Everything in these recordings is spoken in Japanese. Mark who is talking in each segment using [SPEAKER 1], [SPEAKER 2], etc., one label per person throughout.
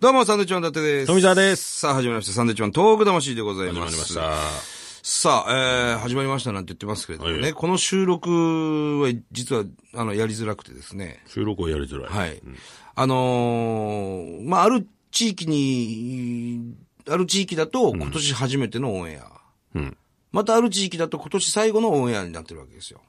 [SPEAKER 1] どうも、サンドウィッチマン伊達です。
[SPEAKER 2] 富澤です。
[SPEAKER 1] さあ、始まりました。サンドウィッチマントーク魂でござい
[SPEAKER 2] 始
[SPEAKER 1] ま。
[SPEAKER 2] ますりました。
[SPEAKER 1] さあ、えー、始まりましたなんて言ってますけれどもね、
[SPEAKER 2] はい
[SPEAKER 1] この収録は、実は、あの、やりづらくてですね。
[SPEAKER 2] 収録をやりづらい。
[SPEAKER 1] はい。あのー、まあ、ある地域に、ある地域だと、今年初めてのオンエア。
[SPEAKER 2] うん。
[SPEAKER 1] またある地域だと今年最後のオンエアになってるわけですよ。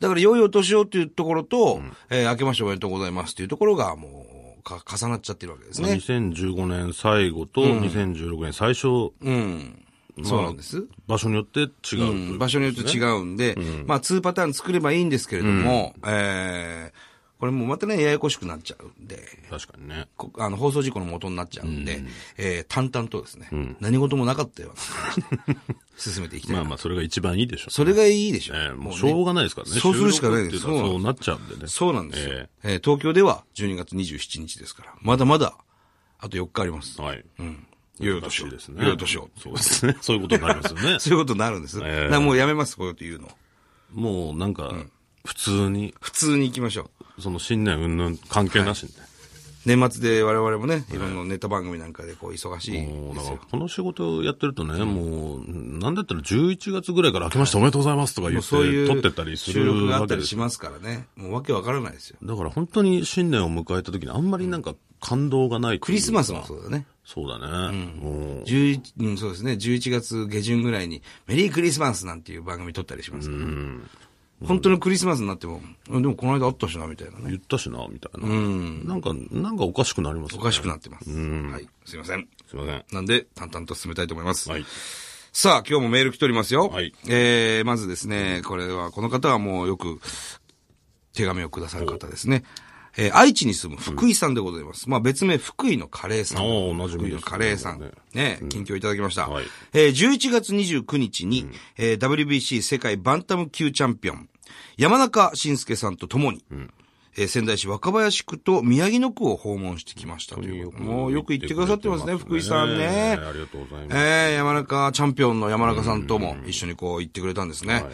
[SPEAKER 1] だから、良いお年をっていうところと、えー明けましておめでとうございますっていうところが、もう、か、重なっちゃってるわけですね。
[SPEAKER 2] 2015年最後と2016年最初、
[SPEAKER 1] うん。そうなんです。
[SPEAKER 2] 場所によって違うという、
[SPEAKER 1] うん場所によって違うんで、まあ、2パターン作ればいいんですけれども、えーこれもまたね、ややこしくなっちゃうんで、
[SPEAKER 2] 確かにね。
[SPEAKER 1] こあの、放送事故の元になっちゃうんで、えー淡々とですね、何事もなかったような感じで 進めていきたい。
[SPEAKER 2] まあまあ、それが一番いいでしょう。
[SPEAKER 1] それがいいでしょ。
[SPEAKER 2] ええもう
[SPEAKER 1] ね
[SPEAKER 2] しょうがないですからね。
[SPEAKER 1] そうするしかないです
[SPEAKER 2] 収録ってうのはそうなっちゃうんでね。
[SPEAKER 1] そうなんですよ、
[SPEAKER 2] え
[SPEAKER 1] えー東京では12月27日ですから、まだまだ、あと4日あります。
[SPEAKER 2] はい。
[SPEAKER 1] うん。よいお
[SPEAKER 2] ら
[SPEAKER 1] 年
[SPEAKER 2] し
[SPEAKER 1] を。
[SPEAKER 2] い
[SPEAKER 1] よ
[SPEAKER 2] ですね。
[SPEAKER 1] いお年を。。
[SPEAKER 2] そうですね。そういうことになりますよね
[SPEAKER 1] そういうことになるんです。
[SPEAKER 2] ええ
[SPEAKER 1] だからもうやめます、こういうこと言うの。
[SPEAKER 2] もうなんか、普通に、
[SPEAKER 1] 普通に行きましょう。
[SPEAKER 2] その新年云々関係なしにね。
[SPEAKER 1] 年末で我々もね、いろんなネタ番組なんかでこう忙しい
[SPEAKER 2] もう
[SPEAKER 1] で
[SPEAKER 2] だ
[SPEAKER 1] す
[SPEAKER 2] から
[SPEAKER 1] よ。
[SPEAKER 2] この仕事をやってるとね、もう、なんだったら11月ぐらいから明けましておめでとうございますとか言
[SPEAKER 1] もう
[SPEAKER 2] って、
[SPEAKER 1] そうい
[SPEAKER 2] 撮って
[SPEAKER 1] う
[SPEAKER 2] たりす
[SPEAKER 1] 収録
[SPEAKER 2] る
[SPEAKER 1] があ
[SPEAKER 2] わ
[SPEAKER 1] った
[SPEAKER 2] けで
[SPEAKER 1] り
[SPEAKER 2] す
[SPEAKER 1] し
[SPEAKER 2] よ
[SPEAKER 1] ますからね。もうわけわからないですよ。
[SPEAKER 2] だから本当に新年を迎えた時にあんまりなんか感動がない
[SPEAKER 1] クリスマスもそうだね。
[SPEAKER 2] そうだね。もう、
[SPEAKER 1] 11、うん、そうですね。11月下旬ぐらいに、メリークリスマスなんていう番組撮ったりしますから、本当のクリスマスになっても、うんでもこの間あったしな、みたいなね。
[SPEAKER 2] 言ったしな、みたいな。なんか、なんかおかしくなります
[SPEAKER 1] お
[SPEAKER 2] よね
[SPEAKER 1] かしくなってます。はい。すいません。
[SPEAKER 2] すいません。
[SPEAKER 1] なんで、淡々と進めたいと思います。
[SPEAKER 2] はい。
[SPEAKER 1] さあ、今日もメール来ておりますよ。
[SPEAKER 2] はい
[SPEAKER 1] えー、まずですね、これは、この方はもうよく手紙をくださる方ですね。えー、愛知に住む福井さんでございます。まあ別名、福井のカレーさん。
[SPEAKER 2] おーおなじみ
[SPEAKER 1] 福井
[SPEAKER 2] です
[SPEAKER 1] の
[SPEAKER 2] ね
[SPEAKER 1] カレーさん。ね
[SPEAKER 2] ね
[SPEAKER 1] 近況いただきました。
[SPEAKER 2] はい
[SPEAKER 1] えー、11月29日に、えー WBC 世界バンタム級チャンピオン、山中慎介さんと共に、えー仙台市若林区と宮城野区を訪問してきましたということもうよく言ってくださってますね、福井さんね。
[SPEAKER 2] ありがとうございます。
[SPEAKER 1] ええ山中、チャンピオンの山中さんとも一緒にこう行ってくれたんですね。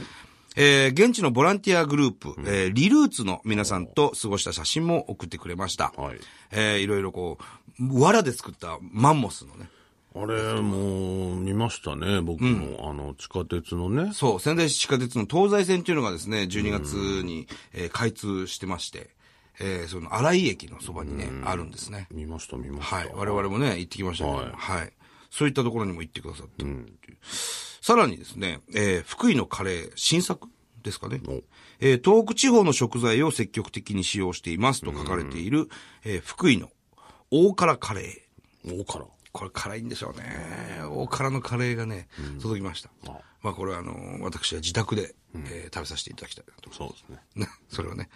[SPEAKER 1] えー現地のボランティアグループ、えーリルーツの皆さんと過ごした写真も送ってくれました。
[SPEAKER 2] はい
[SPEAKER 1] えーいろいろこう、藁で作ったマンモスのね。
[SPEAKER 2] あれ、もう、見ましたね、僕も。あの、地下鉄のね。
[SPEAKER 1] そう、仙台市地下鉄の東西線っていうのがですね、12月に、えー開通してまして、えーその荒井駅のそばにね、あるんですね。
[SPEAKER 2] 見ました、見ました。
[SPEAKER 1] はい。我々もね、行ってきましたけども、は
[SPEAKER 2] はいい。
[SPEAKER 1] そういったところにも行ってくださったっていう、さらにですね、えー福井のカレー、新作ですかね
[SPEAKER 2] お。
[SPEAKER 1] えー東北地方の食材を積極的に使用していますと書かれている、えー福井の大辛カレー。
[SPEAKER 2] おから。
[SPEAKER 1] これ辛いんでしょうね。大辛のカレーがね、届きました。
[SPEAKER 2] あ
[SPEAKER 1] まあこれはあのー、私は自宅で、えー食べさせていただきたいなと
[SPEAKER 2] そうですね。
[SPEAKER 1] ね、それはね。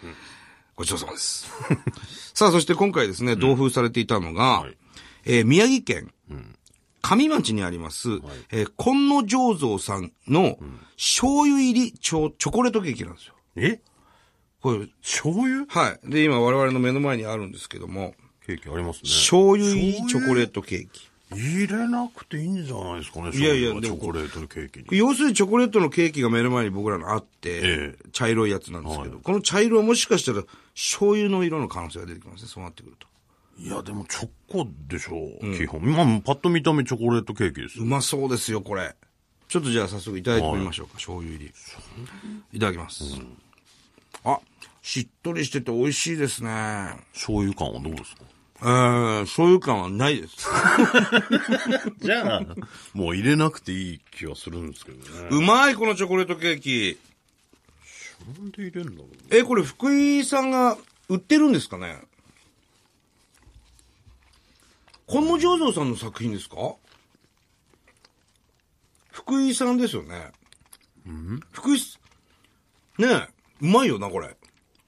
[SPEAKER 1] ごちそうさまです。 さあ、そして今回ですね、同封されていたのが、
[SPEAKER 2] はい
[SPEAKER 1] えー宮城県、上町にあります、えー、金野醸造さんの、醤油入りチョチョコレートケーキなんですよ。
[SPEAKER 2] え
[SPEAKER 1] これ、
[SPEAKER 2] 醤油
[SPEAKER 1] はい。で、今我々の目の前にあるんですけども、
[SPEAKER 2] ケーキありますね。
[SPEAKER 1] 醤油入りチョコレートケーキ。
[SPEAKER 2] 入れなくていいんじゃないですかね、
[SPEAKER 1] いやいや
[SPEAKER 2] 醤油は
[SPEAKER 1] で
[SPEAKER 2] チ
[SPEAKER 1] も
[SPEAKER 2] ョコレートケーキに。
[SPEAKER 1] 要するにチョコレートのケーキが目の前に僕らのあって、
[SPEAKER 2] ええ
[SPEAKER 1] 茶色いやつなんですけど、この茶色はもしかしたら醤油の色の可能性が出てきますね、そうなってくると。
[SPEAKER 2] いや、でもチョコでしょう、基本。まあ、パッと見た目チョコレートケーキです
[SPEAKER 1] う
[SPEAKER 2] よ。
[SPEAKER 1] まそうですよ、これ。ちょっとじゃあ早速いただいてみましょうか、醤油入り。いただきます。あ、しっとりしてて美味しいですね。
[SPEAKER 2] 醤油感はど うですか
[SPEAKER 1] えー、醤油感はないです。
[SPEAKER 2] じゃあ、もう入れなくていい気はするんですけど ね。
[SPEAKER 1] うまい、このチョコレートケーキ。
[SPEAKER 2] なんで入れるんだろうね。
[SPEAKER 1] え、これ福井さんが売ってるんですかねこの醸造さんの作品ですか福井さんですよね。福井す、ねえ、うまいよな、これ。あ、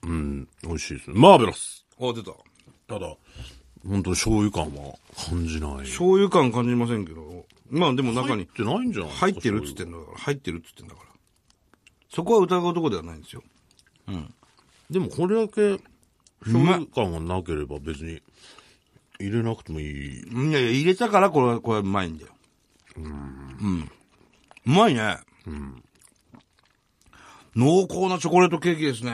[SPEAKER 2] うん、美味しいですね。マーベラス
[SPEAKER 1] 出た。
[SPEAKER 2] ただ、本当醤油感は感じない。入
[SPEAKER 1] 醤油感感じませんけど。まあでも中に
[SPEAKER 2] ってないんじゃないですか
[SPEAKER 1] 入ってるっつって
[SPEAKER 2] 醤油
[SPEAKER 1] んだから、入ってるっつってんだから。そこは疑うとこではないんですよ。
[SPEAKER 2] でもこれだけ、醤
[SPEAKER 1] う
[SPEAKER 2] 油感がなければ別に、入れなくてもいい。
[SPEAKER 1] いやいや、入れたからこれは、これはうまいんだよ。うん。うまいね。濃厚なチョコレートケーキですね。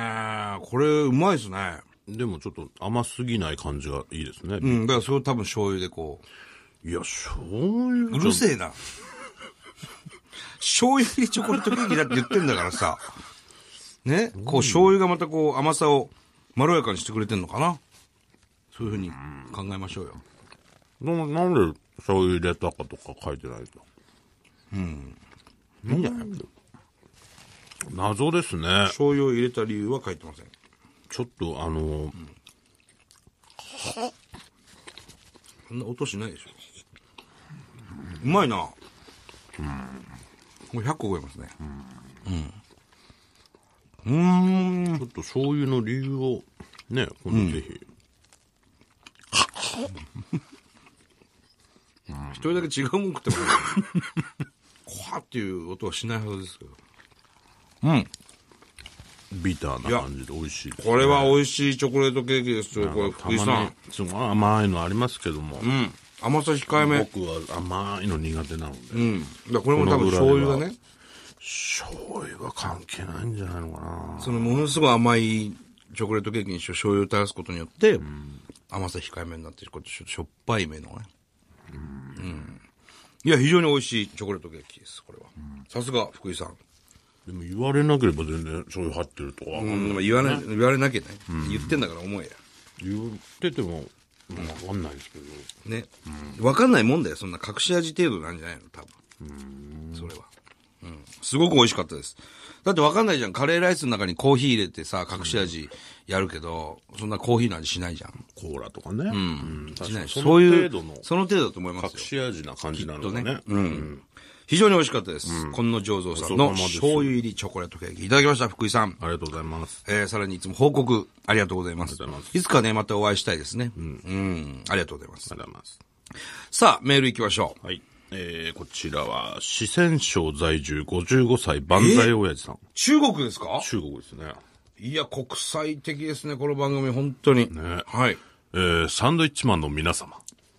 [SPEAKER 1] これ、うまいですね。
[SPEAKER 2] でもちょっと甘すぎない感じがいいですね。
[SPEAKER 1] うん、だからそれを多分醤油でこ
[SPEAKER 2] いや、醤油
[SPEAKER 1] う、うるせえな。醤油入りチョコレートケーキだって言ってんだからさ。ね、こう醤油がまたこう甘さをまろやかにしてくれてんのかな。そういうふうに考えましょうよ。
[SPEAKER 2] でもなんで醤油入れたかとか書いてないと。うん。いいんじゃない謎ですね。
[SPEAKER 1] 醤油を入れた理由は書いてません。
[SPEAKER 2] ちょっとあの、
[SPEAKER 1] そんな音しないでしょ。うまいな。もう100個超えますね。うん。うん。ん。
[SPEAKER 2] ちょっと醤油の理由を、ね、このぜひ。
[SPEAKER 1] 一人だけ違うもん食 ってますね。こわっていう音はしないはずですけど。うん。
[SPEAKER 2] ビターな感じで美味しいですね、
[SPEAKER 1] これは美味しいチョコレートケーキですよ、これ、
[SPEAKER 2] た
[SPEAKER 1] 福井さ
[SPEAKER 2] まに
[SPEAKER 1] ん。
[SPEAKER 2] すごい甘いのありますけども、
[SPEAKER 1] うん。甘さ控えめ。
[SPEAKER 2] 僕は甘いの苦手なので、
[SPEAKER 1] うん。だからこれも多分醤油がね、
[SPEAKER 2] 醤油は関係ないんじゃないのかな
[SPEAKER 1] そのものすごい甘いチョコレートケーキにしょ醤油を垂らすことによって、甘さ控えめになって、こうちょっとしょっぱいめのね。うん。いや、非常に美味しいチョコレートケーキです、これは。さすが、福井さん。
[SPEAKER 2] でも言われなければ全然醤油入ってるとは、
[SPEAKER 1] うん、でも言わない、言われなきゃね。言ってんだから思えや。
[SPEAKER 2] 言ってても分かんないですけど、
[SPEAKER 1] ね。わ、かんないもんだよ。そんな隠し味程度なんじゃないの多分。それは。うん。すごく美味しかったです。だってわかんないじゃん。カレーライスの中にコーヒー入れてさ、隠し味やるけど、そんなコーヒーの味しないじゃん。
[SPEAKER 2] コーラとかね、うん
[SPEAKER 1] し
[SPEAKER 2] 確
[SPEAKER 1] な
[SPEAKER 2] か
[SPEAKER 1] い。
[SPEAKER 2] に
[SPEAKER 1] そ
[SPEAKER 2] そうの
[SPEAKER 1] い
[SPEAKER 2] 程
[SPEAKER 1] う
[SPEAKER 2] 度の、
[SPEAKER 1] その程度だと思いま
[SPEAKER 2] 隠
[SPEAKER 1] すよ。
[SPEAKER 2] し味な感じなのかね
[SPEAKER 1] うん。非常に美味しかったです。この醸造さんの
[SPEAKER 2] お疲れ様です
[SPEAKER 1] 醤油入りチョコレートケーキ。いただきました、福井さん。
[SPEAKER 2] ありがとうございます
[SPEAKER 1] えーさらにいつも報告ありがとうございます。い
[SPEAKER 2] りがとうございま
[SPEAKER 1] つかね、またお会いしたいですね。うん。ありがとうございます
[SPEAKER 2] あ。りがとうございます
[SPEAKER 1] さあ、メール行きましょう。
[SPEAKER 2] はいえー、こちらは四川省在住55歳万歳親父さん、
[SPEAKER 1] 中国ですか
[SPEAKER 2] 中国ですね
[SPEAKER 1] いや、国際的ですね、この番組、本当に。
[SPEAKER 2] ね
[SPEAKER 1] はい。
[SPEAKER 2] えー、サンドイッチマンの皆様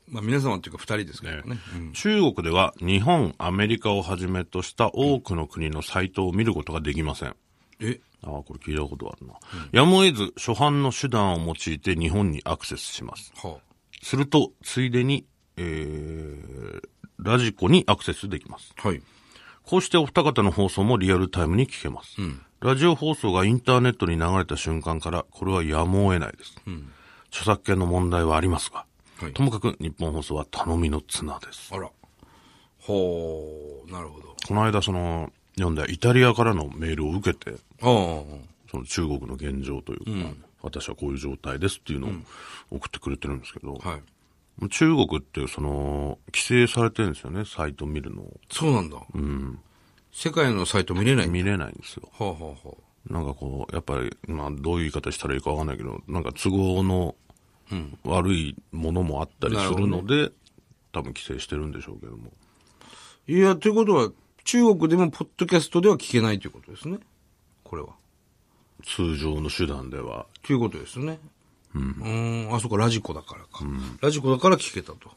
[SPEAKER 1] まあ、皆様っていうか、二人ですけどね。
[SPEAKER 2] 中国では日本、アメリカをはじめとした多くの国のサイトを見ることができません。
[SPEAKER 1] え、
[SPEAKER 2] ああ、これ聞いたことあるな。やむを得ず、初版の手段を用いて日本にアクセスします。
[SPEAKER 1] は
[SPEAKER 2] すると、ついでに、えー、ラジコにアクセスできます。
[SPEAKER 1] あ、はい。
[SPEAKER 2] こうしてお二方の放送もリアルタイムに聞けます。ラジオ放送がインターネットに流れた瞬間から、これはやむを得ないです。著作権の問題はありますが、
[SPEAKER 1] はい
[SPEAKER 2] ともかく日本放送は頼みの綱です。
[SPEAKER 1] あら。ほう、なるほど。
[SPEAKER 2] この間その読んだイタリアからのメールを受けて
[SPEAKER 1] あ
[SPEAKER 2] その中国の現状というか、私はこういう状態ですっていうのを送ってくれてるんですけど、
[SPEAKER 1] あ、はい。
[SPEAKER 2] 中国ってその規制されてるんですよねサイト見るのを
[SPEAKER 1] そうなんだ。うん。世界のサイト見れない。は
[SPEAKER 2] 見れないんですよ
[SPEAKER 1] あ、はあ、はあ。
[SPEAKER 2] なんかこうやっぱり、まあ、どういう言い方したらいいかわかんないけどなんか都合の悪いものもあったりするので、多分規制してるんでしょうけども
[SPEAKER 1] いや、ということは、中国でも、ポッドキャストでは聞けないということですね。これは。
[SPEAKER 2] 通常の手段では
[SPEAKER 1] ということですね。うん。ん、あ、そうか、ラジコだからか。ラジコだから聞けたと。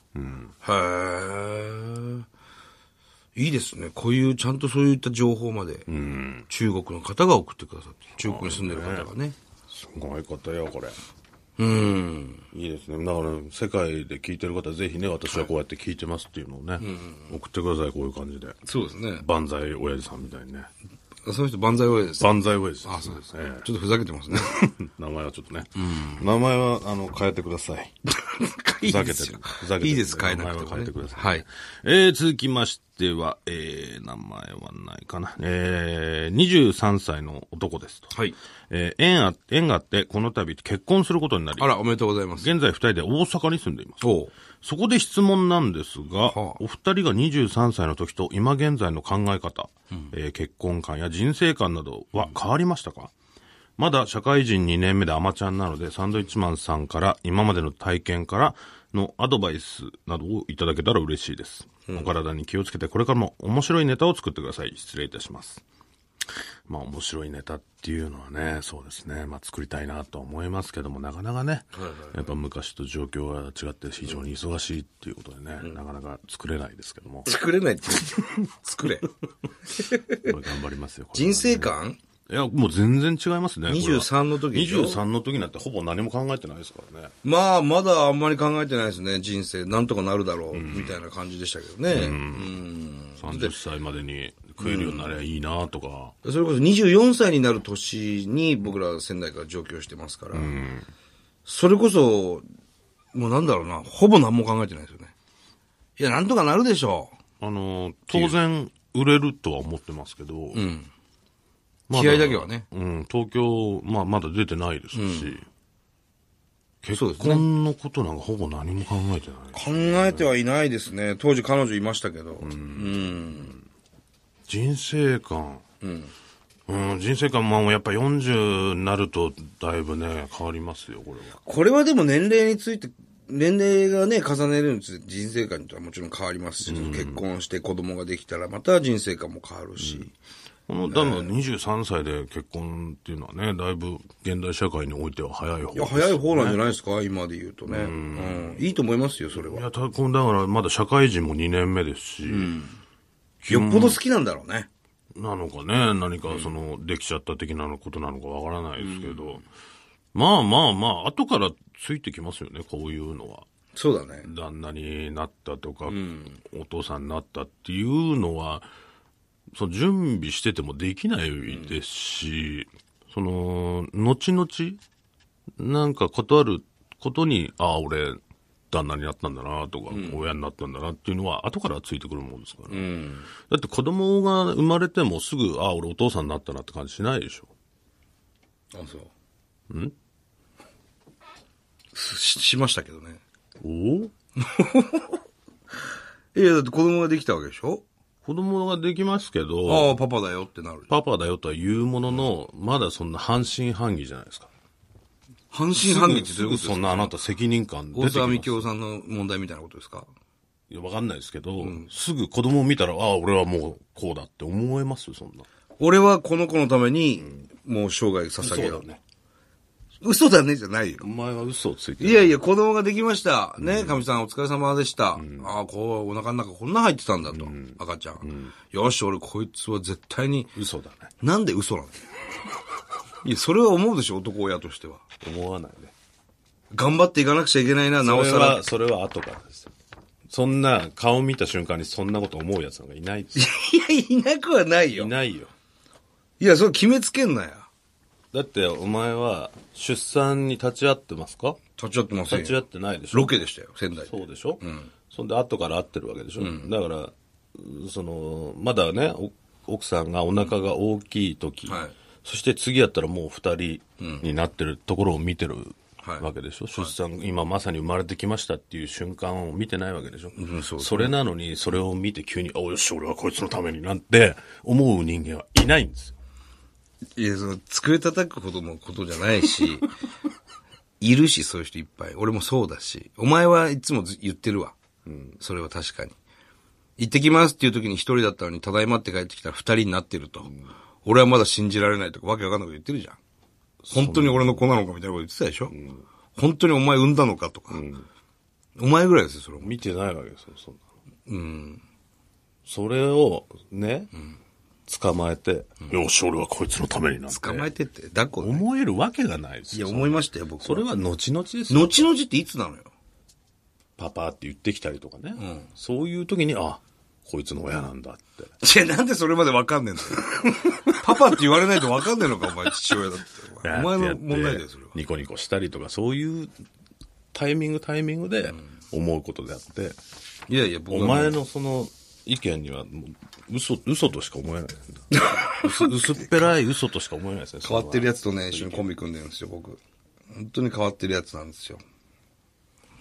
[SPEAKER 1] へえ。いいですね。こういう、ちゃんとそういった情報まで、中国の方が送ってくださって、中国に住んでる方がね。
[SPEAKER 2] すごいことよこれ
[SPEAKER 1] うん。
[SPEAKER 2] いいですね。だから、世界で聞いてる方、ぜひね、私はこうやって聞いてますっていうのをね、送ってください、こういう感じで。
[SPEAKER 1] そうですね。
[SPEAKER 2] 万歳親父さんみたいにね。
[SPEAKER 1] その人、万歳親です。ちょ
[SPEAKER 2] 万歳親父さん。あ、そうですね。
[SPEAKER 1] っとふざけてますね。
[SPEAKER 2] 名前はちょっとね。名前は、あの、変えてください。ふざけてる。ふざけてる。
[SPEAKER 1] いいです、変えなくて
[SPEAKER 2] 名前は
[SPEAKER 1] も、
[SPEAKER 2] 変
[SPEAKER 1] ね。
[SPEAKER 2] えてください。
[SPEAKER 1] はい。
[SPEAKER 2] えー、続きましては、えー、名前はないかな。えー、23歳の男ですと。
[SPEAKER 1] はい。
[SPEAKER 2] えー、縁あ、縁があって、この度結婚することになり
[SPEAKER 1] あ、ら、おめでとうございます。
[SPEAKER 2] 現在二人で大阪に住んでいます。
[SPEAKER 1] おう。
[SPEAKER 2] そこで質問なんですが、
[SPEAKER 1] はあ
[SPEAKER 2] お二人が23歳の時と今現在の考え方、えー結婚観や人生観などは変わりましたか、まだ社会人2年目でアマちゃんなので、サンドイッチマンさんから今までの体験からのアドバイスなどをいただけたら嬉しいです。お体に気をつけて、これからも面白いネタを作ってください。失礼いたします。まあ面白いネタっていうのはね、そうですね。まあ作りたいなとは思いますけども、なかなかね、やっぱ昔と状況が違って非常に忙しいっていうことでね、なかなか作れないですけど
[SPEAKER 1] 、
[SPEAKER 2] も
[SPEAKER 1] 作れないって。作れ。
[SPEAKER 2] これ頑張りますよ。これはね
[SPEAKER 1] 人生観
[SPEAKER 2] えいや、もう全然違いますね。これは
[SPEAKER 1] 23の時でしょ
[SPEAKER 2] 23の時なんてほぼ何も考えてないですからね。
[SPEAKER 1] まあ、まだあんまり考えてないですね、人生。なんとかなるだろう、みたいな感じでしたけどね。
[SPEAKER 2] 30歳までに食えるようになりゃいいなとか。
[SPEAKER 1] うんそれこそ24歳になる年に僕ら仙台から上京してますから、それこそ、もうなんだろうな、ほぼ何も考えてないですよね。いや、なんとかなるでしょ
[SPEAKER 2] あのー、当然売れるとは思ってますけど。
[SPEAKER 1] う。
[SPEAKER 2] ま
[SPEAKER 1] 気合だけはね。
[SPEAKER 2] うん、東京、まあまだ出てないですし。
[SPEAKER 1] そう
[SPEAKER 2] 結
[SPEAKER 1] ですね
[SPEAKER 2] 婚のことなんかほぼ何も考えてない。
[SPEAKER 1] 考えてはいないですね。当時彼女いましたけど。
[SPEAKER 2] 人生観。うん、人生観もやっぱ40になるとだいぶね、変わりますよ、これは。
[SPEAKER 1] これはでも年齢について、年齢がね、重ねるにつれて人生観とはもちろん変わりますし、結婚して子供ができたらまた人生観も変わるし。
[SPEAKER 2] この、だから23歳で結婚っていうのはね、だいぶ現代社会においては早い方
[SPEAKER 1] いや、早い方なんじゃないですか、今で言うとね。うん。いいと思いますよ、それ
[SPEAKER 2] い
[SPEAKER 1] は。
[SPEAKER 2] や、たこのだからまだ社会人も2年目ですし、
[SPEAKER 1] よっぽど好きなんだろうね。
[SPEAKER 2] なのかね、何かその、できちゃった的なことなのかわからないですけど、まあまあまあ、後からついてきますよね、こういうのは。
[SPEAKER 1] そうだね。
[SPEAKER 2] 旦那になったとか、お父さんになったっていうのは、その準備しててもできないですし、その、後々、なんか断ることに、ああ、俺、旦那になったんだなとか、親になったんだなっていうのは、後からついてくるもんですから、だって子供が生まれてもすぐ、ああ、俺お父さんになったなって感じしないでしょ。
[SPEAKER 1] あ、そう。んししましたけどね。
[SPEAKER 2] おお
[SPEAKER 1] いや、だって子供ができたわけでしょ
[SPEAKER 2] 子供ができますけど、
[SPEAKER 1] ああ、パパだよってなる。
[SPEAKER 2] パパだよとは言うものの、まだそんな半信半疑じゃないですか。
[SPEAKER 1] 半信半疑って
[SPEAKER 2] す
[SPEAKER 1] どういう
[SPEAKER 2] ぐ
[SPEAKER 1] ことで
[SPEAKER 2] そ
[SPEAKER 1] す
[SPEAKER 2] ん
[SPEAKER 1] か
[SPEAKER 2] なあなた責任感出
[SPEAKER 1] 大
[SPEAKER 2] てき
[SPEAKER 1] 沢
[SPEAKER 2] ます
[SPEAKER 1] みきおさんの問題みたいなことですか
[SPEAKER 2] いやわかんないですけど、すぐ子供を見たら、ああ、俺はもうこうだって思えますそんな。
[SPEAKER 1] 俺はこの子のために、もう生涯捧げよう。
[SPEAKER 2] ね。
[SPEAKER 1] 嘘だねじゃないよ
[SPEAKER 2] お。前は嘘をついて
[SPEAKER 1] いやいや、子供ができました。ね、かみさんお疲れ様でした。ああ、こう、お腹の中こんな入ってたんだと、赤ちゃん。よし、俺こいつは絶対に、
[SPEAKER 2] 嘘だね。
[SPEAKER 1] なんで嘘なんだよ。いや、それは思うでしょ、男親としては。
[SPEAKER 2] 思わないね。
[SPEAKER 1] 頑張っていかなくちゃいけないな、なおさら。
[SPEAKER 2] それは後からですよ。そんな、顔見た瞬間にそんなこと思うやつなんかいないですよ。
[SPEAKER 1] いや、いなくはないよ。
[SPEAKER 2] ないよ。
[SPEAKER 1] いや、それ決めつけんなや。
[SPEAKER 2] だって、お前は、出産に立ち会ってますか
[SPEAKER 1] 立ち会ってません
[SPEAKER 2] 立ち会
[SPEAKER 1] よ。
[SPEAKER 2] ってないでしょ
[SPEAKER 1] ロケでしたよ、仙台で。
[SPEAKER 2] そうでしょ、そんで後から会ってるわけでしょ、だから、その、まだね、お奥さんがお腹が大きい時、
[SPEAKER 1] はい
[SPEAKER 2] そして次やったらもう二人になってるところを見てる
[SPEAKER 1] はい
[SPEAKER 2] わけでしょ、出産、今まさに生まれてきましたっていう瞬間を見てないわけでしょ、それなのにそれを見て急に、あ、よし、俺はこいつのためになんて思う人間はいないんですよ。
[SPEAKER 1] いや、その、机叩くほどのことじゃないし、 いるし、そういう人いっぱい。俺もそうだし。お前はいつもず言ってるわ。それは確かに。行ってきますっていう時に一人だったのに、ただいまって帰ってきたら二人になってると。俺はまだ信じられないとか、わけわかんないこと言ってるじゃん。本当に俺の子なのかみたいなこと言ってたでしょ、本当にお前産んだのかとか。お前ぐらいですよ、それも。
[SPEAKER 2] 見てないわけですよ、そんなの。
[SPEAKER 1] うん。
[SPEAKER 2] それをね、捕まえて、よし、俺はこいつのためになんて。
[SPEAKER 1] 捕まえてって、抱っこね、
[SPEAKER 2] 思えるわけがないです
[SPEAKER 1] いや、
[SPEAKER 2] よ。
[SPEAKER 1] 思いましたよ、僕は。
[SPEAKER 2] それは後々ですよ。
[SPEAKER 1] 後々っていつなのよ。
[SPEAKER 2] パパって言ってきたりとかね。そういう時に、あ、こいつの親なんだっ て。
[SPEAKER 1] いや、なんでそれまでわかんねえんだ よ。パパって言われないとわかんねえのか、お前、父親だって。お前お前の問題だよ、それは。
[SPEAKER 2] ニコニコしたりとか、そういうタイミングタイミングで思うことであって、
[SPEAKER 1] いやいや、僕は
[SPEAKER 2] お前のその意見にはもう嘘、嘘としか思えないですね 薄薄っぺらい嘘としか思えないですね。
[SPEAKER 1] 変わってる
[SPEAKER 2] や
[SPEAKER 1] やつとね、一緒にコンビ組んでるんですよ、僕。本当に変わってるやつなんですよ。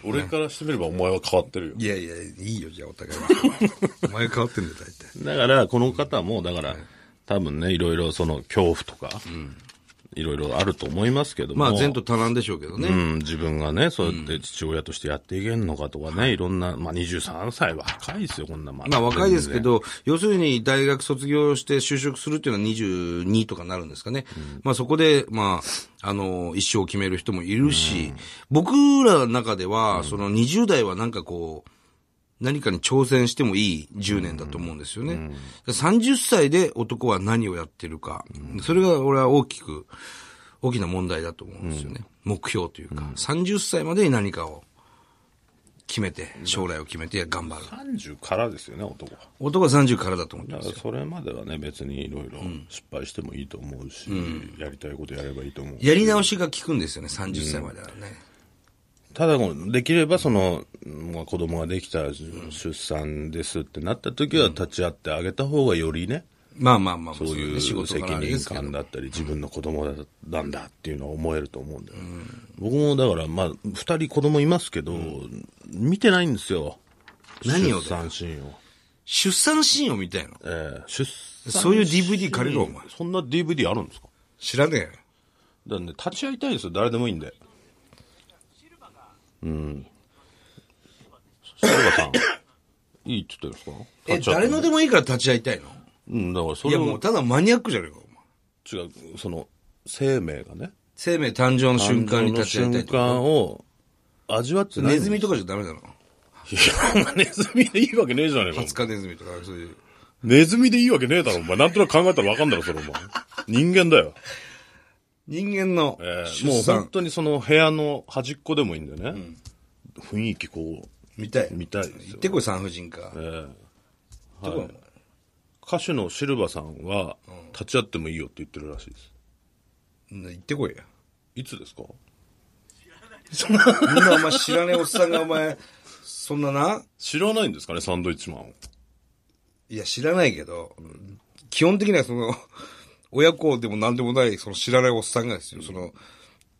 [SPEAKER 2] 俺からしてみればお前は変わってるよ。
[SPEAKER 1] いやいや、いいよ、じゃあ、お互い。 お前変わってんだよ、大体。
[SPEAKER 2] だから、この方も、だから、多分ね、いろいろその恐怖とか、いろいろあると思いますけども。
[SPEAKER 1] まあ、前途多難でしょうけど
[SPEAKER 2] う
[SPEAKER 1] ね。
[SPEAKER 2] ん、自分がね、そうやって父親としてやっていけんのかとかね、いろんな、まあ23歳は若いですよ、こんなま
[SPEAKER 1] まあ、若いですけ。ど、要するに大学卒業して就職するっていうのは22とかなるんですかね。まあ、そこで、まあ、あの、一生を決める人もいるし、僕らの中では、その20代はなんかこう、何かに挑戦してもいい10年だと思うんですよね。30歳で男は何をやってるか、それが俺は大きく、大きな問題だと思うんですよね。目標というか、30歳までに何かを決めて、将来を決めて頑張る。
[SPEAKER 2] 30からですよね、男は。
[SPEAKER 1] 男は30からだと思って
[SPEAKER 2] だ
[SPEAKER 1] ま
[SPEAKER 2] か
[SPEAKER 1] す
[SPEAKER 2] ら。それまではね、別にいろいろ失敗してもいいと思うし、やりたいことやればいいと思う。
[SPEAKER 1] やり直しが効くんですよね、30歳まではね。
[SPEAKER 2] ただ、できればその、まあ、子供ができた出産ですってなった時は立ち会ってあげた方がよりね、
[SPEAKER 1] まあまあまあ、そ
[SPEAKER 2] そういう責
[SPEAKER 1] があれで
[SPEAKER 2] 任
[SPEAKER 1] すけど
[SPEAKER 2] 感だったり、自分の子供だなんだっていうのは思えると思うんだよ、ね僕もだから、まあ、二人子供いますけど、見てないんですよ。
[SPEAKER 1] 何を
[SPEAKER 2] 出産シーンを。
[SPEAKER 1] 出産シーンを見たいの。
[SPEAKER 2] えー出産
[SPEAKER 1] そういう DVD 借りろお前
[SPEAKER 2] そんな DVD あるんですか
[SPEAKER 1] 知らねえよ。
[SPEAKER 2] だからね、立ち会いたいですよ、誰でもいいんで。うん。シルバさ ん、いいって言ってるんですか
[SPEAKER 1] え、誰の
[SPEAKER 2] で
[SPEAKER 1] でもいいから立ち会いたいの
[SPEAKER 2] うん、だからそ
[SPEAKER 1] い
[SPEAKER 2] れ
[SPEAKER 1] や
[SPEAKER 2] を
[SPEAKER 1] もうただマニアックじゃねえか、お前。
[SPEAKER 2] 違う、その、生命がね、
[SPEAKER 1] 生命誕生の瞬間に立ち会いたい
[SPEAKER 2] 瞬
[SPEAKER 1] とか。
[SPEAKER 2] 間を味わってない
[SPEAKER 1] ネズミとかじゃダメだろ。
[SPEAKER 2] いや、お前ネズミでいいわけねえじゃねえかお前
[SPEAKER 1] 二。日ネズミとか、そういう。
[SPEAKER 2] ネズミでいいわけねえだろ、お前。なんとなく考えたらわかんだろ、それ、お前。人間だよ。
[SPEAKER 1] 人間の
[SPEAKER 2] えー
[SPEAKER 1] 出
[SPEAKER 2] もう本
[SPEAKER 1] 産
[SPEAKER 2] 当にその部屋の端っこでもいいんだよね。雰囲気こう、
[SPEAKER 1] 見たい。
[SPEAKER 2] 見
[SPEAKER 1] 行
[SPEAKER 2] たいですよ
[SPEAKER 1] っ。てこい、産婦人科。
[SPEAKER 2] えー
[SPEAKER 1] どこ
[SPEAKER 2] 歌手のシルバさんは、立ち会ってもいいよって言ってるらしいです。
[SPEAKER 1] うん行ってこいや。
[SPEAKER 2] いつですか
[SPEAKER 1] みんなお前知らねえおっさんがお前、そんなな、
[SPEAKER 2] 知らないんですかね、サンドイッチマンを。
[SPEAKER 1] いや知らないけど、基本的にはその、 親子でも何でもない、その知らないおっさんがですよ、その、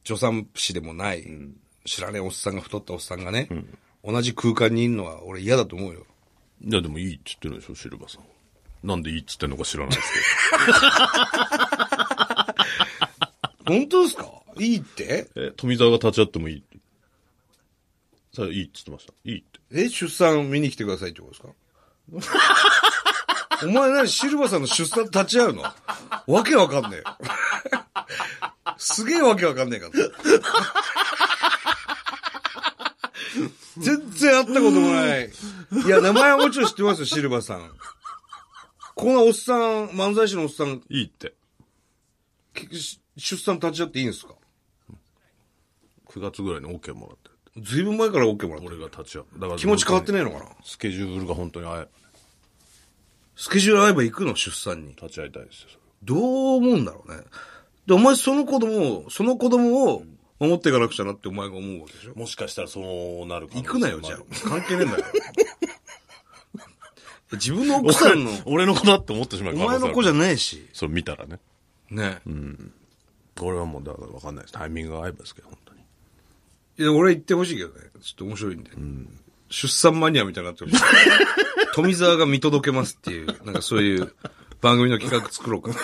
[SPEAKER 1] 助産師でもない、知らないおっさんが太ったおっさんがね、同じ空間にいるのは俺嫌だと思うよ。
[SPEAKER 2] いや、でもいいって言ってるでしょ、シルバさんは。なんでいいって言ってんのか知らないですけど。
[SPEAKER 1] 本当ですかいいって
[SPEAKER 2] え、富澤が立ち会ってもいいって。さあ、いいって言ってました。いいって。
[SPEAKER 1] え、出産見に来てくださいってことですか お前何シルバさんの出産立ち会うのわけわかんねえよ。すげえわけわかんねえから。全然会ったこともない。いや、名前はもちろん知ってますよ、シルバさん。こんなおっさん、漫才師のおっさん、
[SPEAKER 2] いいって。
[SPEAKER 1] きし出産立ち会っていいんですか
[SPEAKER 2] 9月ぐらいに OK もらってるって。
[SPEAKER 1] ずいぶん前から OK もらって
[SPEAKER 2] 俺
[SPEAKER 1] る。
[SPEAKER 2] が立ち会う。だから
[SPEAKER 1] 気持ち変わって
[SPEAKER 2] ね。
[SPEAKER 1] ないのかな
[SPEAKER 2] スケジュールが本当にあえ
[SPEAKER 1] スケジュール合えば行くの、出産に。
[SPEAKER 2] 立ち会いたいですよ、それ
[SPEAKER 1] どう思うんだろうね。で、お前その子供を、その子供を守っていかなくちゃなってお前が思うわけでしょ。
[SPEAKER 2] もしかしたらそうなるか
[SPEAKER 1] 行くなよ、じゃあ。関係ねえんだ よ。自分の奥
[SPEAKER 2] 奥
[SPEAKER 1] さ
[SPEAKER 2] さ
[SPEAKER 1] ん
[SPEAKER 2] ん
[SPEAKER 1] の
[SPEAKER 2] の、。俺の子だって思ってしまう
[SPEAKER 1] お前の子じゃ
[SPEAKER 2] い。
[SPEAKER 1] ないし。
[SPEAKER 2] そう見たらね。
[SPEAKER 1] ね。
[SPEAKER 2] これはもう、だから分かんないです。タイミングが合えばですけど、本当に。
[SPEAKER 1] いや、俺は言ってほしいけどね。ちょっと面白いんで。出産マニアみたいになってほしい。 富澤が見届けますっていう、なんかそういう番組の企画作ろうかな。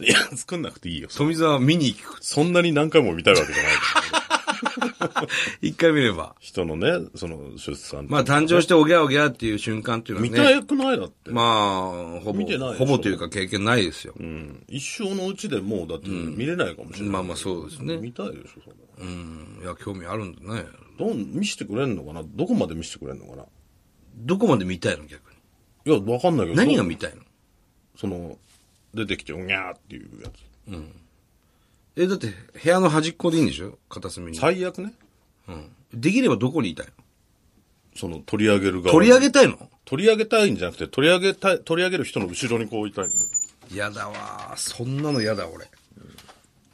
[SPEAKER 2] いや、作んなくていいよ。そ
[SPEAKER 1] 富澤は見に行く。
[SPEAKER 2] そんなに何回も見たいわけじゃないから。
[SPEAKER 1] 一回見れば。
[SPEAKER 2] 人のね、その出産。
[SPEAKER 1] まあ誕生しておぎゃおぎゃっていう瞬間っていうのは
[SPEAKER 2] 見
[SPEAKER 1] ね。
[SPEAKER 2] たくないだって。
[SPEAKER 1] まあ、ほぼ、
[SPEAKER 2] 見てないでし
[SPEAKER 1] ほ
[SPEAKER 2] ょ
[SPEAKER 1] ぼというか経験ないですよ。
[SPEAKER 2] うん一生のうちでもう、だって見れないかもしれない。
[SPEAKER 1] まあまあそうですね
[SPEAKER 2] 見たいでしょ、そんなの
[SPEAKER 1] うん。いや、興味あるんだね。
[SPEAKER 2] どん見せてくれんのかなどこまで見せてくれんのかな
[SPEAKER 1] どこまで見たいの逆に。
[SPEAKER 2] いや、わかんないけど。
[SPEAKER 1] 何が
[SPEAKER 2] どう
[SPEAKER 1] 見たいの
[SPEAKER 2] その、出てきて、うにゃーっていうやつ。
[SPEAKER 1] え、だって、部屋の端っこでいいんでしょ片隅に。
[SPEAKER 2] 最悪ね。
[SPEAKER 1] うん。できればどこにいたいの
[SPEAKER 2] その、取り上げる側。
[SPEAKER 1] 取り上げたいの
[SPEAKER 2] 取り上げたいんじゃなくて、取り上げたい、取り上げる人の後ろにこういたい。
[SPEAKER 1] やだわそんなのやだ、俺。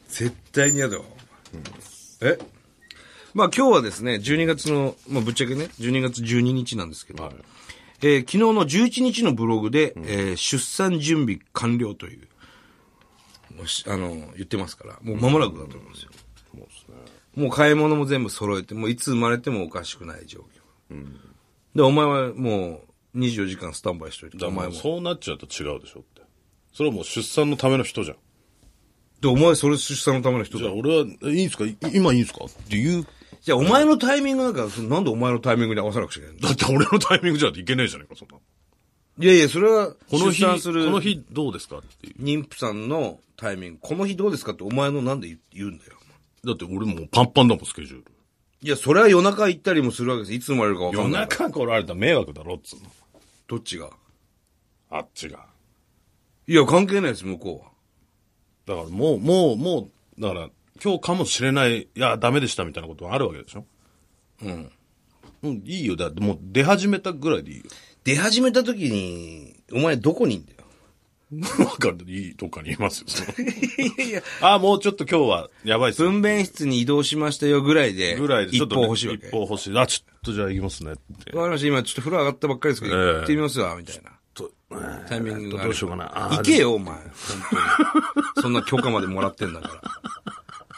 [SPEAKER 1] 絶対にやだわ。えまあ今日はですね、12月の、まあぶっちゃけね、12月12日なんですけど、
[SPEAKER 2] はい
[SPEAKER 1] えー昨日の11日のブログで、えー出産準備完了という、もうしあの、言ってますから、もう間もなくだと思うんですよ。
[SPEAKER 2] もうですね。
[SPEAKER 1] もう買い物も全部揃えて、もういつ生まれてもおかしくない状況。で、お前はもう24時間スタンバイしとい
[SPEAKER 2] だか
[SPEAKER 1] て、
[SPEAKER 2] ら
[SPEAKER 1] お
[SPEAKER 2] も
[SPEAKER 1] 前
[SPEAKER 2] う
[SPEAKER 1] も。
[SPEAKER 2] そうなっちゃうと違うでしょって。それはもう出産のための人じゃん。
[SPEAKER 1] で、お前それ出産のための人
[SPEAKER 2] じ
[SPEAKER 1] だ
[SPEAKER 2] ゃあ。俺は、えいいんすかい今いいんすかっていう。
[SPEAKER 1] じゃあお前のタイミングなんか、そのなんでお前のタイミングに合わさなくちゃいけないの
[SPEAKER 2] だって俺のタイミングじゃいけねえじゃねえか、そんな。
[SPEAKER 1] いやいや、それは、
[SPEAKER 2] この
[SPEAKER 1] 出
[SPEAKER 2] 日、
[SPEAKER 1] 産す
[SPEAKER 2] こ
[SPEAKER 1] る
[SPEAKER 2] の日どうですかっていう。
[SPEAKER 1] 妊婦さんのタイミング、この日どうですかってお前のなんで言うんだよ。
[SPEAKER 2] だって俺もうパンパンだもん、スケジュール。
[SPEAKER 1] いや、それは夜中行ったりもするわけです。いつ生まれるかわか
[SPEAKER 2] 夜
[SPEAKER 1] んないから。
[SPEAKER 2] 中来られたら迷惑だろっつうの。
[SPEAKER 1] どっちが。
[SPEAKER 2] あっちが。
[SPEAKER 1] いや、関係ないです、向こうは。
[SPEAKER 2] だからもう、もう、もう、だから、今日かもしれない、いや、ダメでしたみたいなことはあるわけでしょ
[SPEAKER 1] うん。
[SPEAKER 2] うん、いいよ。だってもう出始めたぐらいでいいよ。
[SPEAKER 1] 出始めた時に、お前どこにいんだよ。
[SPEAKER 2] わかる。いいとこかにいますよ。その
[SPEAKER 1] いやいや。
[SPEAKER 2] あ、もうちょっと今日は、やばいっすね
[SPEAKER 1] 分娩室に移動しましたよぐらいで、
[SPEAKER 2] ぐらいで、ちょ
[SPEAKER 1] 一
[SPEAKER 2] っと
[SPEAKER 1] 歩
[SPEAKER 2] ね、
[SPEAKER 1] 欲しいわけ。
[SPEAKER 2] 一方欲しい。あ、ちょっとじゃあ行きますねって。
[SPEAKER 1] わかりました、今ちょっと風呂上がったばっかりですけど、
[SPEAKER 2] ええ
[SPEAKER 1] 行ってみますわ、みたいな。
[SPEAKER 2] と
[SPEAKER 1] タイミングがあれば
[SPEAKER 2] どうしようかな。あ
[SPEAKER 1] 行けよ、お前。本当に。そんな許可までもらってんだから。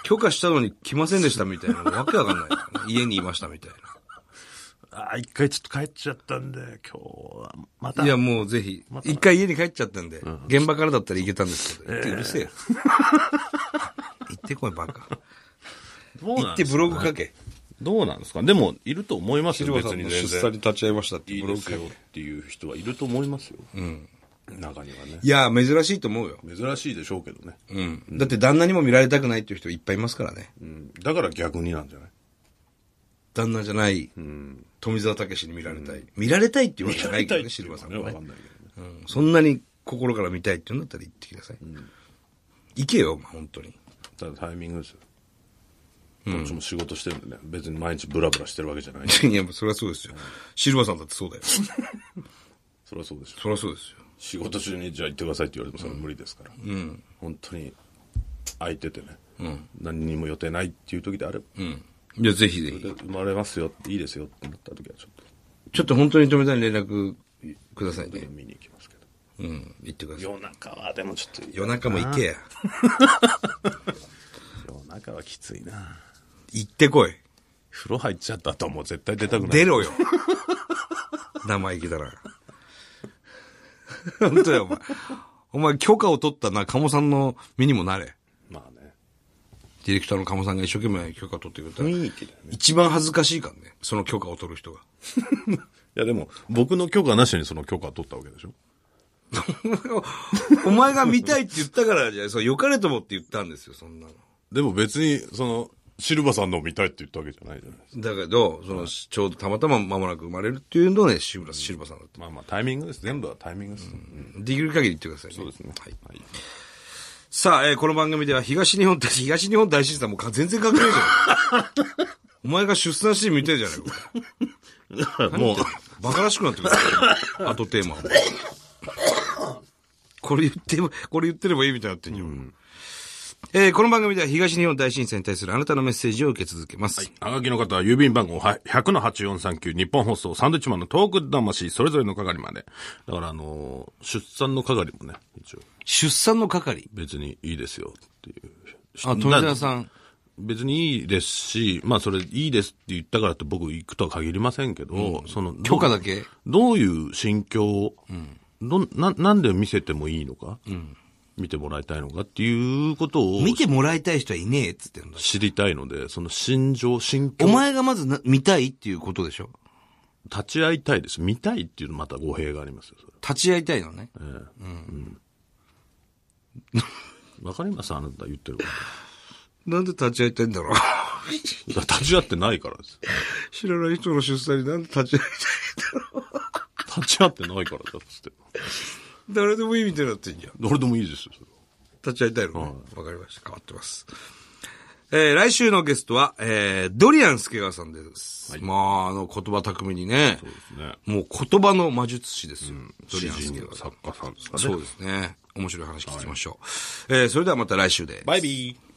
[SPEAKER 1] 許可したのに来ませんでしたみたいな。わけわかんないからね、家にいましたみたい
[SPEAKER 2] あ、一回ちょっと帰っちゃったんで、今日は、また。
[SPEAKER 1] な。いや、もうぜひ、一回家に帰っちゃったんで、現場からだったら行けたんですけど、行ってうるせえよ。行ってこい、バカ。
[SPEAKER 2] どう
[SPEAKER 1] 行
[SPEAKER 2] な
[SPEAKER 1] っ
[SPEAKER 2] ん
[SPEAKER 1] て
[SPEAKER 2] です
[SPEAKER 1] ブ
[SPEAKER 2] か
[SPEAKER 1] ログ書け。
[SPEAKER 2] どうなんですかでも、いると思いますよ、
[SPEAKER 1] 白
[SPEAKER 2] 別
[SPEAKER 1] さん
[SPEAKER 2] に
[SPEAKER 1] の
[SPEAKER 2] 全
[SPEAKER 1] 出産
[SPEAKER 2] 然。
[SPEAKER 1] に立ち会いましたって
[SPEAKER 2] い
[SPEAKER 1] ブロ
[SPEAKER 2] いで
[SPEAKER 1] グ書
[SPEAKER 2] す
[SPEAKER 1] け
[SPEAKER 2] よ。っていう人はいると思いますよ。うん。中にはね。
[SPEAKER 1] いや、珍しいと思うよ。
[SPEAKER 2] 珍しいでしょうけどね。
[SPEAKER 1] うん。だって旦那にも見られたくないっていう人いっぱいいますからね。
[SPEAKER 2] うん。だから逆になんじゃない
[SPEAKER 1] 旦那じゃない、富澤たけしに見られたい。見られたいっていうわけじゃないけどね、シルバーさん
[SPEAKER 2] ね。
[SPEAKER 1] も
[SPEAKER 2] わ
[SPEAKER 1] ね
[SPEAKER 2] かんないけどね。
[SPEAKER 1] うんそんなに心から見たいって言うんだったら行ってきなさい。行けよ、お前、本当に。
[SPEAKER 2] ただタイミングですよ。こっちも仕事してるんでね。別に毎日ブラブラしてるわけじゃない。
[SPEAKER 1] いや、もうそれはそうですよ。シルバーさんだってそうだよ。
[SPEAKER 2] そりゃそうでしょ。
[SPEAKER 1] それはそうですよ。
[SPEAKER 2] 仕事中にじゃあ行ってくださいって言われてもそれは無理ですから。うん。本当に空いててね。うん。何にも予定ないっていう時であれば、
[SPEAKER 1] うん。いや、ぜひぜ
[SPEAKER 2] それで
[SPEAKER 1] ひ。
[SPEAKER 2] 生まれますよ、いいですよってなった時はちょっ
[SPEAKER 1] ちょっと本当に富澤に連絡ください
[SPEAKER 2] と
[SPEAKER 1] ね。
[SPEAKER 2] 見に行きますけど。
[SPEAKER 1] うん。行ってください。
[SPEAKER 2] 夜中はでもちょっと、
[SPEAKER 1] 夜中も行けや。
[SPEAKER 2] 夜中はきついな。
[SPEAKER 1] 行ってこい。
[SPEAKER 2] 風呂入っちゃった後はもう絶対出たくな い。
[SPEAKER 1] 出ろよ。生意気だな。 本当だよ、お前。お前、許可を取ったな、鴨さんの身にもなれ。
[SPEAKER 2] まあね。
[SPEAKER 1] ディレクターの鴨さんが一生懸命許可を取ってくれたら、
[SPEAKER 2] 雰囲気だよね。
[SPEAKER 1] 一番恥ずかしいからね、その許可を取る人が。
[SPEAKER 2] いやでも、僕の許可なしにその許可取ったわけでしょ
[SPEAKER 1] お前が見たいって言ったからじゃない、そう、良かれともって言ったんですよ、そんなの。
[SPEAKER 2] でも別に、その、シルバさんのを見たいって言ったわけじゃないじゃないですか。
[SPEAKER 1] だけど、その、ちょうどたまたま間もなく生まれるっていうのをね、シルバシルバさんだった。
[SPEAKER 2] まあまあタイミングです。全部はタイミングです。うん
[SPEAKER 1] できる限り言ってくださいね。
[SPEAKER 2] そうですね。
[SPEAKER 1] はい。
[SPEAKER 2] はい。
[SPEAKER 1] さあ、えーこの番組では東日本大、 東日本大震災もうか全然関係ないじゃん。お 前が出産してみたいじゃないか。
[SPEAKER 2] もう、
[SPEAKER 1] バカらしくなってくる。あと テーマ。これ言っても、これ言ってればいいみたいになってんじゃん。えーこの番組では東日本大震災に対するあなたのメッセージを受け続けます。
[SPEAKER 2] あがきの方は郵便番号はい100-8439日本放送サンドイッチマンのトーク魂それぞれの係まで。だからあのー出産の係もね、一応
[SPEAKER 1] 出産の係。
[SPEAKER 2] 別にいいですよっていう。
[SPEAKER 1] あ、富澤さん。
[SPEAKER 2] 別にいいですし、まあそれいいですって言ったからって僕行くとは限りませんけど、その、
[SPEAKER 1] 許可だけ
[SPEAKER 2] どういう心境を、どな、なんで見せてもいいのか、見てもらいたいのかっていうことを
[SPEAKER 1] 見てもらいたい人はいねえっつってんだ。
[SPEAKER 2] 知りたいので、その心情、心境
[SPEAKER 1] お、前がまずな見たいっていうことでしょ
[SPEAKER 2] 立ち会いたいです。見たいっていうのまた語弊がありますよ、それ
[SPEAKER 1] 立ち会いたいのね。
[SPEAKER 2] わかりますあなた言ってるこ
[SPEAKER 1] なんで立ち会いたいんだろう。
[SPEAKER 2] と。 立ち会ってないからです。
[SPEAKER 1] 知らない人の出産になんで立ち会い たい
[SPEAKER 2] 立ち会ってないからだっつって。
[SPEAKER 1] 誰でもいいみたいになってんじゃん。
[SPEAKER 2] どれでもいいですよ、それは
[SPEAKER 1] 立ち会いたいのね。わ、かりました。変わってます。えー、来週のゲストは、えー、ドリアン助川さんです。まあ、あの、言葉巧みにね。そう
[SPEAKER 2] ですね
[SPEAKER 1] もう言葉の魔術師ですよ。ドリ
[SPEAKER 2] 詩
[SPEAKER 1] アン助
[SPEAKER 2] 人、
[SPEAKER 1] 川さん。
[SPEAKER 2] 作家さんですかね。
[SPEAKER 1] そうですね。面白い話聞きましょう。えー、それではまた来週です。
[SPEAKER 2] バイビー。